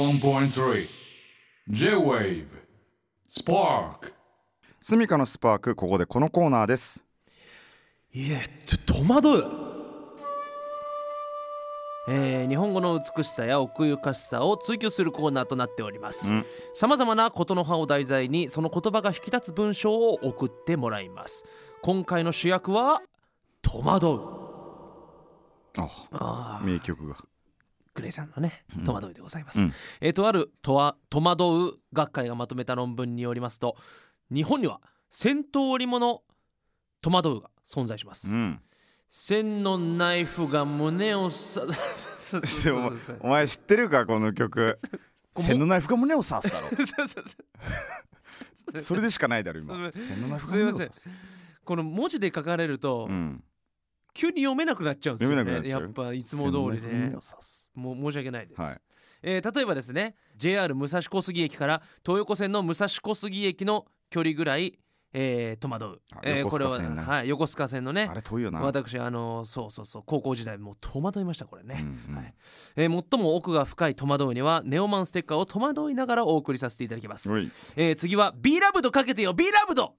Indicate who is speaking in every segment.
Speaker 1: 81.3 J-Wave Spark
Speaker 2: スミカのスパークここでこのコーナーです
Speaker 3: いえと戸惑う、えー日本語の美しさや奥ゆかしさを追求するコーナーとなっております
Speaker 2: うん
Speaker 3: さまざまなことの葉を題材にその言葉が引き立つ文章を送ってもらいます今回の主役は戸惑う
Speaker 2: あ
Speaker 3: あー
Speaker 2: 名曲が
Speaker 3: グレイさんのね
Speaker 2: うん
Speaker 3: 戸惑いでございます、
Speaker 2: うん
Speaker 3: えーとあるとは戸惑う学会がまとめた論文によりますと日本には1000通りもの戸惑うが存在しま
Speaker 2: う
Speaker 3: す、
Speaker 2: ん
Speaker 3: 千のナイフが胸をさそうそう
Speaker 2: で
Speaker 3: そう
Speaker 2: も
Speaker 3: そう
Speaker 2: お前知ってるかこの 曲
Speaker 3: こ
Speaker 2: 千のナイフが胸を刺す だろ
Speaker 3: そうそうそう
Speaker 2: それでしかないだろ
Speaker 3: すい
Speaker 2: 今
Speaker 3: ません
Speaker 2: 千のナイフが胸を刺す
Speaker 3: この文字で書かれると、
Speaker 2: うん
Speaker 3: 急に読めなくなっちゃうんですよ
Speaker 2: 読めな
Speaker 3: ね
Speaker 2: くなっちゃう
Speaker 3: やっぱいつも通り
Speaker 2: 千のナイフが
Speaker 3: ね
Speaker 2: 胸を刺す
Speaker 3: もう申し訳ないです、
Speaker 2: はい
Speaker 3: えー例えばですね JR 武蔵小杉駅から東横線の武蔵小杉駅の距離ぐらい、えー戸惑う
Speaker 2: あ、
Speaker 3: えー
Speaker 2: 横須賀
Speaker 3: これ
Speaker 2: 線
Speaker 3: は、
Speaker 2: ね
Speaker 3: はい、横須賀線のね
Speaker 2: あれ遠いよな
Speaker 3: 私あのそうそうそう高校時代もう戸惑いましたこれね、
Speaker 2: うんうん
Speaker 3: はいえー最も奥が深い戸惑うにはネオマンステッカーを戸惑いながらお送りさせていただきます、
Speaker 2: おい
Speaker 3: えー次は B ラブドかけてよ B ラブド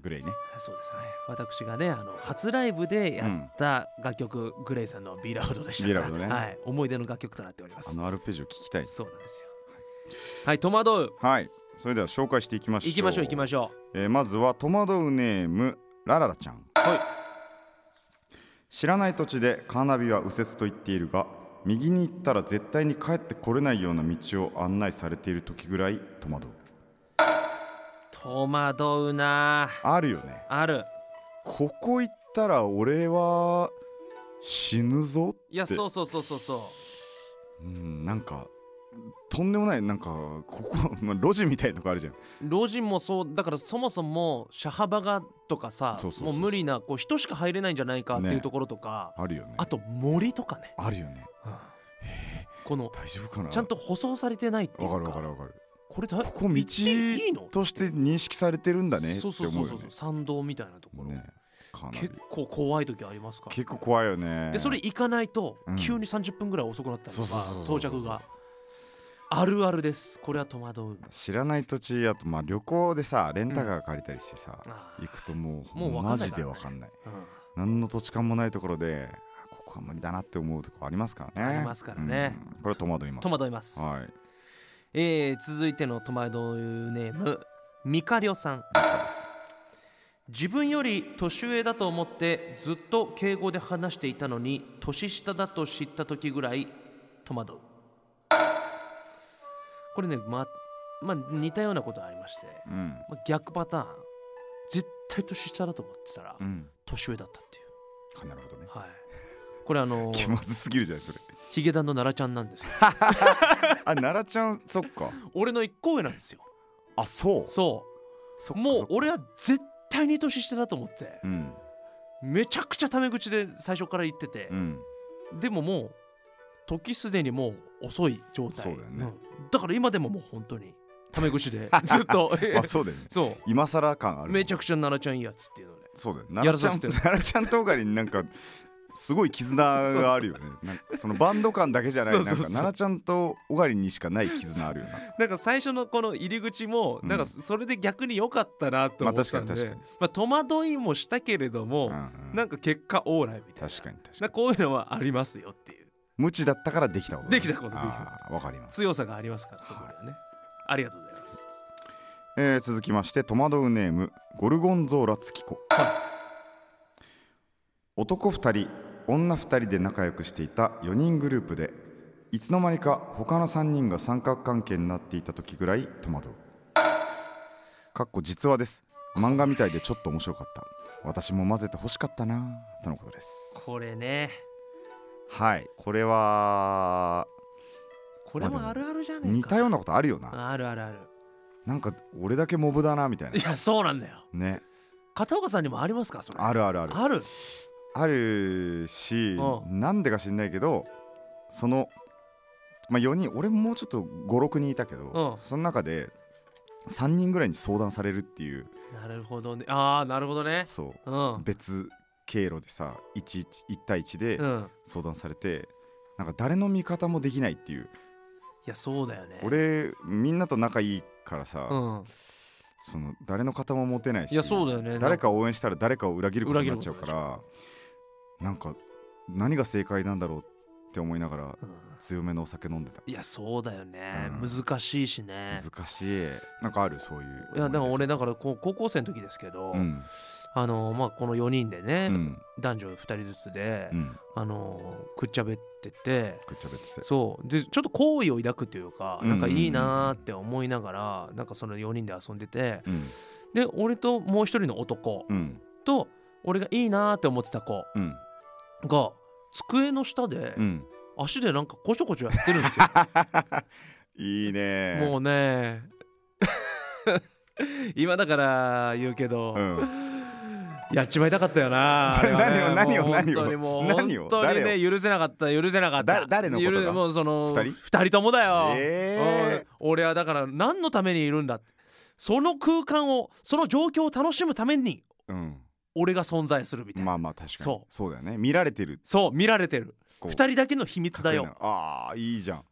Speaker 2: グレイね
Speaker 3: そうですね私がねあの初ライブでやった楽曲、グレイさんの B ラブドでしたから
Speaker 2: B ラブドね
Speaker 3: はい、思い出の楽曲となっておりま
Speaker 2: あ
Speaker 3: す
Speaker 2: のアルペジオ聞きたい
Speaker 3: そうなんですよはい戸惑う
Speaker 2: はいそれでは紹介していきましょう
Speaker 3: 行きましょう行きましょ
Speaker 2: えーまずは戸惑うネームラララちゃん、
Speaker 3: はい
Speaker 2: 知らない土地でカーナビは右折と言っているが右に行ったら絶対に帰ってこれないような道を案内されている時ぐらい戸惑う
Speaker 3: う戸惑うな
Speaker 2: あるよね
Speaker 3: ある
Speaker 2: ここ行ったら俺は死ぬぞって
Speaker 3: いやそうそうそうそうそう
Speaker 2: うんなんかとんでもないなんかこ こ、まあ、路地みたいなとこあるじゃん
Speaker 3: 老人もそうだからそもそも車幅がとかさ
Speaker 2: そうそうそう
Speaker 3: も
Speaker 2: そう
Speaker 3: う無理なこう人しか入れないんじゃないかっていう
Speaker 2: ね
Speaker 3: ところとか、
Speaker 2: あるよね
Speaker 3: あと森とかね、
Speaker 2: あるよね
Speaker 3: この
Speaker 2: 大丈夫かな
Speaker 3: ちゃんと舗装されてないってい
Speaker 2: わ
Speaker 3: う
Speaker 2: か
Speaker 3: か
Speaker 2: るわかるわかる
Speaker 3: これだ
Speaker 2: ここ道
Speaker 3: 行っていいの
Speaker 2: として認識されてるんだねって
Speaker 3: そうそう
Speaker 2: 思
Speaker 3: そうう
Speaker 2: よ
Speaker 3: そう
Speaker 2: ね
Speaker 3: 参道みたいなところ、
Speaker 2: ねかなり
Speaker 3: 結構怖い時ありますから、
Speaker 2: 結構怖いよね
Speaker 3: でそれ行かないと
Speaker 2: うん
Speaker 3: 急に30分ぐらい遅くなったりと
Speaker 2: そう
Speaker 3: か
Speaker 2: そうそうそう
Speaker 3: 到着があるあるですこれは戸惑う
Speaker 2: 知らない土地やとまあ旅行でさレンタカー借りたりしてさ、
Speaker 3: あ
Speaker 2: 行くともう
Speaker 3: もうわか
Speaker 2: マ
Speaker 3: んない
Speaker 2: ジ
Speaker 3: からね
Speaker 2: でわかんない
Speaker 3: ー、うん
Speaker 2: 何の土地感もないところであここは無理だなって思うとこありますからね
Speaker 3: ありますからね
Speaker 2: うんこれは戸惑います
Speaker 3: 戸惑います、
Speaker 2: はい
Speaker 3: えー続いての戸惑うネームミカリョさん自分より年上だと思ってずっと敬語で話していたのに年下だと知った時ぐらい戸惑うこれねままあ似たようなことありまして、
Speaker 2: うん
Speaker 3: まあ、逆パターン絶対年下だと思ってたら
Speaker 2: うん
Speaker 3: 年上だったっていう
Speaker 2: あなるほどね
Speaker 3: はいこれあの
Speaker 2: 気まずすぎるじゃないそれ
Speaker 3: ヒゲダンの奈良ちゃんなんですよ
Speaker 2: あ奈良ちゃん そっか
Speaker 3: 俺の一個上なんですよ
Speaker 2: あそう
Speaker 3: そう
Speaker 2: そっか
Speaker 3: も
Speaker 2: そうっか
Speaker 3: 俺は絶対に年下だと思って
Speaker 2: うん
Speaker 3: めちゃくちゃタメ口で最初から言ってて
Speaker 2: う、ん
Speaker 3: でももう時すでにもう遅い状態
Speaker 2: そうだよね
Speaker 3: んだから今でももう本当にタメ口 でずっと
Speaker 2: まあそうだよね
Speaker 3: そ
Speaker 2: 今更感あ
Speaker 3: う
Speaker 2: る
Speaker 3: めちゃ
Speaker 2: く
Speaker 3: くちゃ奈良ちゃんいいやつっていうので
Speaker 2: そうだよ
Speaker 3: や
Speaker 2: 奈
Speaker 3: ら
Speaker 2: 良ちゃ
Speaker 3: させ
Speaker 2: ん
Speaker 3: てる
Speaker 2: 奈良ちゃんとがりになんかすごい絆があるよねなんかそのバンド感だけじゃない
Speaker 3: そう
Speaker 2: な
Speaker 3: そ
Speaker 2: ん
Speaker 3: う
Speaker 2: か
Speaker 3: そう
Speaker 2: 奈良ちゃんとオガリンにしかない絆あるよな
Speaker 3: なんか最初のこの入り口も
Speaker 2: うん
Speaker 3: なんかそれで逆に良かったなと思ったん
Speaker 2: まあ確かに確
Speaker 3: で、
Speaker 2: かに
Speaker 3: まあ、戸惑いもしたけれども、
Speaker 2: うんうん
Speaker 3: なんか結果オーライみたいな
Speaker 2: 確かに確か
Speaker 3: なん
Speaker 2: に
Speaker 3: かこういうのはありますよっていう
Speaker 2: 無知だったからできたことだね
Speaker 3: できたことできたこと
Speaker 2: あーわかります、
Speaker 3: 強さがありますからそこにはね、ありがとうございます
Speaker 2: えー続きまして戸惑うネームゴルゴンゾーラ月子、男2人女2人で仲良くしていた4人グループでいつの間にか他の3人が三角関係になっていた時ぐらい戸惑うかっこ実話です漫画みたいでちょっと面白かった私も混ぜて欲しかったなとのことです
Speaker 3: これね
Speaker 2: はいこれは
Speaker 3: これも
Speaker 2: ま
Speaker 3: あ
Speaker 2: あで
Speaker 3: るあるじゃねえか
Speaker 2: 似たようなことあるよな
Speaker 3: あるあるある
Speaker 2: なんか俺だけモブだなみたいない
Speaker 3: やそうなんだよ
Speaker 2: ね
Speaker 3: 片岡さんにもありますかそれ
Speaker 2: あるあるある
Speaker 3: ある
Speaker 2: あるし
Speaker 3: う
Speaker 2: なんでか知んないけどその、まあ、4人俺もうちょっと56人いたけど、
Speaker 3: うん
Speaker 2: その中で3人ぐらいに相談されるっていう
Speaker 3: なるほどねああなるほどね
Speaker 2: そうう、
Speaker 3: ん
Speaker 2: 別経路でさ 1, 1対1で
Speaker 3: うん
Speaker 2: 相談されて、なんか誰の味方もできないっていう
Speaker 3: やそうだよね
Speaker 2: 俺みんなと仲いいからさ、
Speaker 3: うん
Speaker 2: その誰の肩も持てないし
Speaker 3: いやそうだよね
Speaker 2: 誰かを応援したら誰かを裏切ることになっちゃうか
Speaker 3: 裏
Speaker 2: らなんか何が正解なんだろうって思いながら
Speaker 3: うん
Speaker 2: 強めのお酒飲んでた
Speaker 3: いやそうだよね、
Speaker 2: うん
Speaker 3: 難しいしね
Speaker 2: 難しいなんかあるそういう
Speaker 3: いやでも俺だからこう高校生の時ですけど、
Speaker 2: うん
Speaker 3: あのまあこの4人で
Speaker 2: う
Speaker 3: ね、
Speaker 2: ん
Speaker 3: 男女2人ずつで、
Speaker 2: うん
Speaker 3: あのくっちゃべってて
Speaker 2: くっちゃべってて
Speaker 3: そうでちょっと好意を抱くというか
Speaker 2: うんうん
Speaker 3: な
Speaker 2: うん
Speaker 3: んかいいなーって思いながらなんかその4人で遊んでて
Speaker 2: うん
Speaker 3: で俺ともう一人の男
Speaker 2: うん
Speaker 3: と俺がいいなーって思ってた子
Speaker 2: うん
Speaker 3: が机の下で
Speaker 2: うん
Speaker 3: 足でなんかこちょこちょやってるんです よ
Speaker 2: いいね
Speaker 3: もうね 今だから言うけど、
Speaker 2: うん
Speaker 3: やっちまいたかったよな。あれはね
Speaker 2: 何を
Speaker 3: もう
Speaker 2: 何を
Speaker 3: 本当にもう
Speaker 2: 何を
Speaker 3: 本当に
Speaker 2: 誰
Speaker 3: ね許せなかった許せなかっ
Speaker 2: だ
Speaker 3: た。
Speaker 2: 誰のことが
Speaker 3: 許もうその
Speaker 2: 二人
Speaker 3: 人ともだよ。
Speaker 2: ええ
Speaker 3: うん俺はだから何のためにいるんだ。その空間をその状況を楽しむために
Speaker 2: うん
Speaker 3: 俺が存在するみたいな。
Speaker 2: まあまあ確かに
Speaker 3: そう
Speaker 2: そうだよね見られてる
Speaker 3: そう見られてる。
Speaker 2: こう
Speaker 3: 二人だけの秘密だよ。
Speaker 2: ああーいいじゃん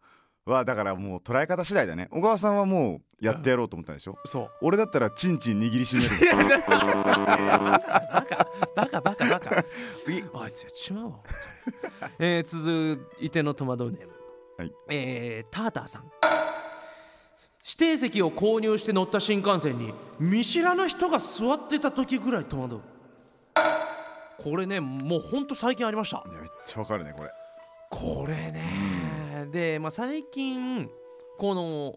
Speaker 2: わあだからもう捉え方次第だね小川さんはもうやってやろうと思ったんでしょ
Speaker 3: そう。
Speaker 2: 俺だったらチンチン握りしめる
Speaker 3: バカバカバカバカ。
Speaker 2: 次
Speaker 3: あいつやっちまうわ。本当にえー、続いての戸惑うネーム、
Speaker 2: はい
Speaker 3: えーターターさん。指定席を購入して乗った新幹線に見知らぬ人が座ってた時ぐらい戸惑う。これねもうほんと最近ありました
Speaker 2: い。やめっちゃわかるねこれ
Speaker 3: これねで、まあ、最近この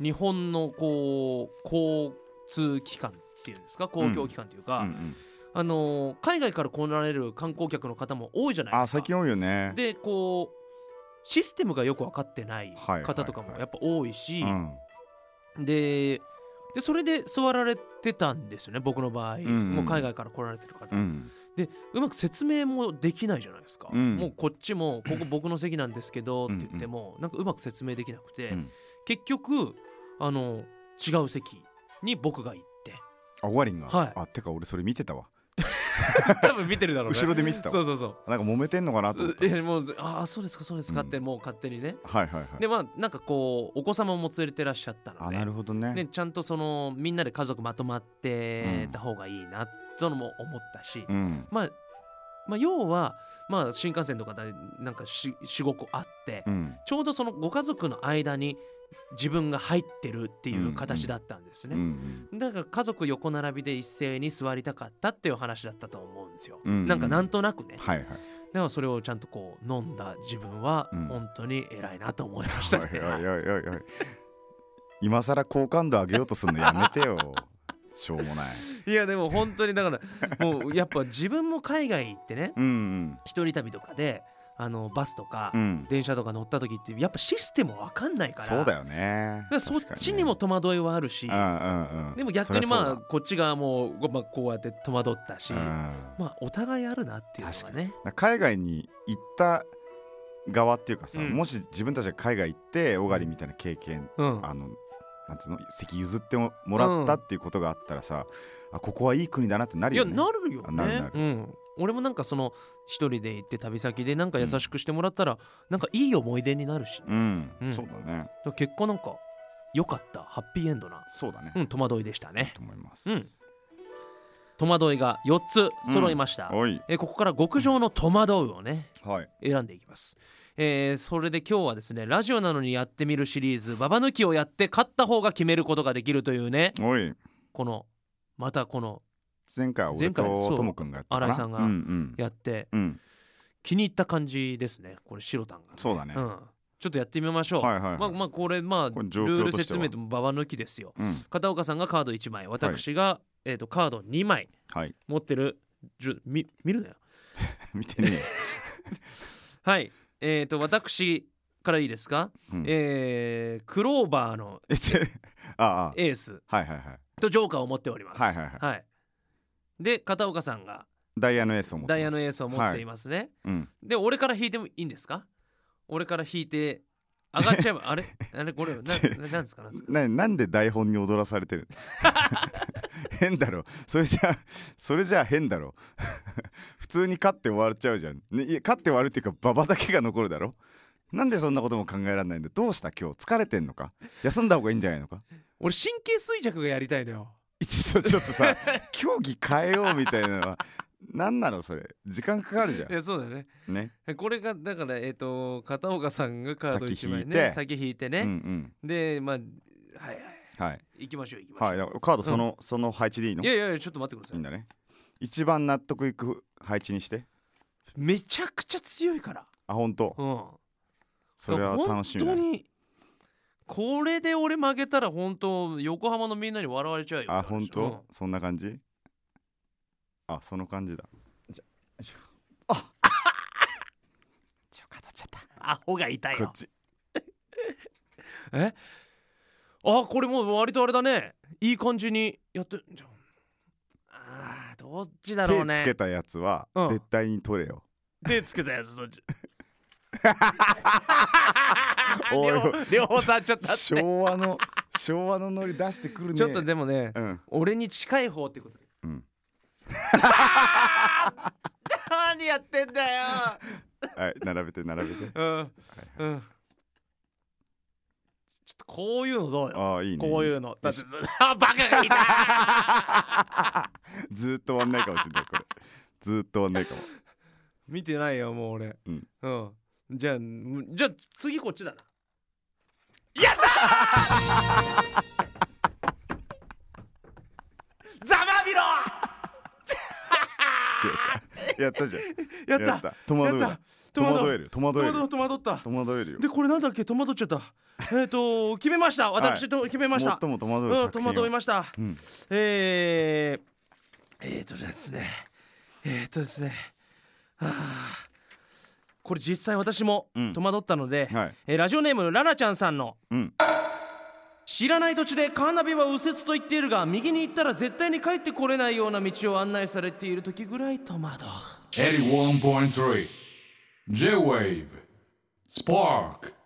Speaker 3: 日本のこう交通機関っていうんですか公共機関というか、
Speaker 2: うんうん
Speaker 3: あの海外から来られる観光客の方も多いじゃないですか。
Speaker 2: あ最近多いよね
Speaker 3: でこうシステムがよく分かってない
Speaker 2: はい
Speaker 3: 方とかも
Speaker 2: はい
Speaker 3: やっぱ多いし、
Speaker 2: うん
Speaker 3: ででそれで座られてたんですよね僕の場合、
Speaker 2: んうん
Speaker 3: もう海外から来られてる方、
Speaker 2: うん
Speaker 3: でうまく説明もできないじゃないですか、
Speaker 2: うん
Speaker 3: もうこっちもここ僕の席なんですけどって言っても、なんかうまく説明できなくて、
Speaker 2: うん
Speaker 3: 結局あの違う席に僕が 行って
Speaker 2: あ終わりんが、
Speaker 3: はい
Speaker 2: あてか俺それ見てたわ
Speaker 3: 多分見てるだろうね
Speaker 2: 後ろで見てたわ
Speaker 3: そうそうそう
Speaker 2: なんか揉めてんのかなと思った
Speaker 3: いやもうああそうですかそうですかって、もう勝手にね
Speaker 2: はいはいはい
Speaker 3: でまあなんかこうお子様も連れてらっしゃったの
Speaker 2: あ
Speaker 3: で
Speaker 2: なるほどね
Speaker 3: ね、ちゃんとそのみんなで家族まとまって
Speaker 2: うん
Speaker 3: た方がいいなとのも思ったし、
Speaker 2: うん
Speaker 3: まあ、まあ要は、まあ、新幹線とかだなんか45個あって、
Speaker 2: うん
Speaker 3: ちょうどそのご家族の間に自分が入ってるってい
Speaker 2: んう
Speaker 3: うん形だったんです
Speaker 2: う
Speaker 3: ね。
Speaker 2: ん
Speaker 3: だから家族横並びで一斉に座りたかったっていう話だったと思うんですよ。
Speaker 2: うんうん
Speaker 3: なんかなんとなくね。
Speaker 2: はいはい
Speaker 3: でもそれをちゃんとこう飲んだ自分は
Speaker 2: うん
Speaker 3: 本当に偉いなと思いました
Speaker 2: おいお
Speaker 3: ね。
Speaker 2: いおいおいおい今更好感度上げようとすんのやめて よしょうもない
Speaker 3: いやでも本当にだからもうやっぱ自分も海外行ってね
Speaker 2: うん
Speaker 3: 一人旅とかであのバスとか
Speaker 2: うんうん
Speaker 3: 電車とか乗った時ってやっぱシステムわかんないから
Speaker 2: そうだ
Speaker 3: よ
Speaker 2: よね
Speaker 3: そっち
Speaker 2: 確か
Speaker 3: にも戸惑いはあるし
Speaker 2: ねうんうんうん
Speaker 3: でも逆にまあ
Speaker 2: そ
Speaker 3: こっち側も、まあ、こうやって戸惑ったし
Speaker 2: りゃそうだ
Speaker 3: ま
Speaker 2: うん
Speaker 3: あお互いあるなっていうのがね
Speaker 2: 海外に行った側っていうかさ、
Speaker 3: うん
Speaker 2: もし自分たちが海外行って小狩りみたいな経験、
Speaker 3: うん
Speaker 2: あのなんつうの席譲ってもらったっていうことがあったらさ、あここはいい国だなってないる
Speaker 3: や
Speaker 2: よね。
Speaker 3: なるよ
Speaker 2: なるな
Speaker 3: ね
Speaker 2: る
Speaker 3: うん俺もなんかその一人で行って旅先でなんか優しくしてもらったらなんかいい思い出になるしだか
Speaker 2: うん、
Speaker 3: うん
Speaker 2: そうだね
Speaker 3: ら結果なんか良かったハッピーエンドな
Speaker 2: そうだね、
Speaker 3: うん戸惑いでしたね
Speaker 2: と思います。
Speaker 3: うん戸惑いが4つ揃いました、
Speaker 2: おい
Speaker 3: えーここから極上の戸惑うをね
Speaker 2: はい
Speaker 3: 選んでいきます、えーそれで今日はですねラジオなのにやってみるシリーズ「ババ抜き」をやって勝った方が決めることができるというね
Speaker 2: おい
Speaker 3: このまたこの
Speaker 2: 前回は俺
Speaker 3: 前回そ
Speaker 2: と
Speaker 3: う
Speaker 2: ともくんがやったかな
Speaker 3: 新井さんが
Speaker 2: うんうん
Speaker 3: やって
Speaker 2: うん、
Speaker 3: 気に入った感じですねこれ白タンが
Speaker 2: そうだね、
Speaker 3: うんちょっとやってみましょう、
Speaker 2: はいはいはい
Speaker 3: まあまあこれまあ
Speaker 2: これ
Speaker 3: ル
Speaker 2: 状況
Speaker 3: ー
Speaker 2: と
Speaker 3: ル
Speaker 2: して
Speaker 3: 説
Speaker 2: は
Speaker 3: 明とババ抜きですよ
Speaker 2: うん
Speaker 3: 片岡さんがカード1枚私が、えー、とカード2枚
Speaker 2: はい
Speaker 3: 持ってるじゅみ見るなよ
Speaker 2: 見てねえよ、
Speaker 3: はいえー、と私からいいですか
Speaker 2: うん、え
Speaker 3: えークローバーの
Speaker 2: ちょああ
Speaker 3: エース
Speaker 2: はいはいはい
Speaker 3: とジョーカーを持っております。
Speaker 2: はいはいはい
Speaker 3: で片岡さんが
Speaker 2: ダイヤのエースを持ってます
Speaker 3: ダイヤのエースを持っていますね。
Speaker 2: うん
Speaker 3: で俺から引いてもいいんですか俺から引いて上がっ ちゃえばあれあれこれな
Speaker 2: ち
Speaker 3: ななんですかなんですか
Speaker 2: ななんで台本に踊らされてる 変だろそれじゃそれじゃ変だろ 普通に勝って終わっちゃうじゃん、ね、いや勝って終わるっていうか馬場だけが残るだろなんでそんなことも考えられないんだどうした今日疲れてんのか休んだ方がいいんじゃないのか
Speaker 3: 俺神経衰弱がやりたいのよ
Speaker 2: 一度ちょっと さ競技変えようみたいなのは何なのそれ時間かかるじゃ
Speaker 3: いやそうだよね
Speaker 2: んね
Speaker 3: これがだからえっ、と片岡さんがカード
Speaker 2: 先
Speaker 3: 1
Speaker 2: 引いて
Speaker 3: 枚ね先引いて
Speaker 2: うんう
Speaker 3: ね、
Speaker 2: ん
Speaker 3: でまあはいはい
Speaker 2: はい
Speaker 3: 行きましょう行きましょう、
Speaker 2: はいだからカードその、その配置でいいの
Speaker 3: いやいやいやちょっと待ってくだ
Speaker 2: い
Speaker 3: さ
Speaker 2: い
Speaker 3: い
Speaker 2: んだね一番納得いく配置にして
Speaker 3: めちゃくちゃ強いから
Speaker 2: あ本当、
Speaker 3: うん
Speaker 2: それは楽しみだ
Speaker 3: 本当
Speaker 2: ね
Speaker 3: にこれで俺負けたら本当横浜のみんなに笑われちゃうよ
Speaker 2: あ本当、そんな感じあその感じだじゃよいしょあちょっと語っちゃっ
Speaker 3: アホが痛
Speaker 2: たこっち
Speaker 3: えあこれもう割とあれだねいい感じにやってんじゃんあーどっちだろう
Speaker 2: 手つけ
Speaker 3: ね
Speaker 2: たやつは
Speaker 3: うん
Speaker 2: 絶対に取れよ、
Speaker 3: 手つけたやつどっち
Speaker 2: おいおい
Speaker 3: 両両方触っちゃったってち
Speaker 2: 昭和の昭和のノリ出してくるね
Speaker 3: ょっとでもね
Speaker 2: うん
Speaker 3: 俺に近い方ってこと
Speaker 2: うん
Speaker 3: 何やってんだよ
Speaker 2: はい並べて並べて
Speaker 3: うんうんちょっとこういうのどうよ
Speaker 2: ああいいね
Speaker 3: こういううのだってあバカがいた
Speaker 2: ずーっと終わんないかもしれないこれずーっと終わんないかも
Speaker 3: 見てないよもう俺
Speaker 2: うん、
Speaker 3: じゃあむじゃあ次こっちだなやったーざまみろ
Speaker 2: 違うかやったじゃん
Speaker 3: やった
Speaker 2: やった戸惑う
Speaker 3: や
Speaker 2: な
Speaker 3: っ
Speaker 2: 戸
Speaker 3: た
Speaker 2: 惑える戸惑
Speaker 3: 戸
Speaker 2: え
Speaker 3: 惑
Speaker 2: る
Speaker 3: う戸惑う戸惑った
Speaker 2: 戸惑えるよ
Speaker 3: でこれなんだっけ戸惑っちゃったえっ、と決めました私と決めました、
Speaker 2: 最も戸惑う
Speaker 3: うん、
Speaker 2: 作
Speaker 3: 戸
Speaker 2: 品を
Speaker 3: 惑いました
Speaker 2: うん
Speaker 3: えー、えーとですねえーとですねはあこれ実際私も
Speaker 2: うん
Speaker 3: 戸惑ったので、
Speaker 2: はい
Speaker 3: えーラジオネームラナちゃんさんの
Speaker 2: うん
Speaker 3: 「知らない土地でカーナビは右折と言っているが右に行ったら絶対に帰ってこれないような道を案内されている時ぐらい戸惑う」
Speaker 1: 81.3 J-Wave Spark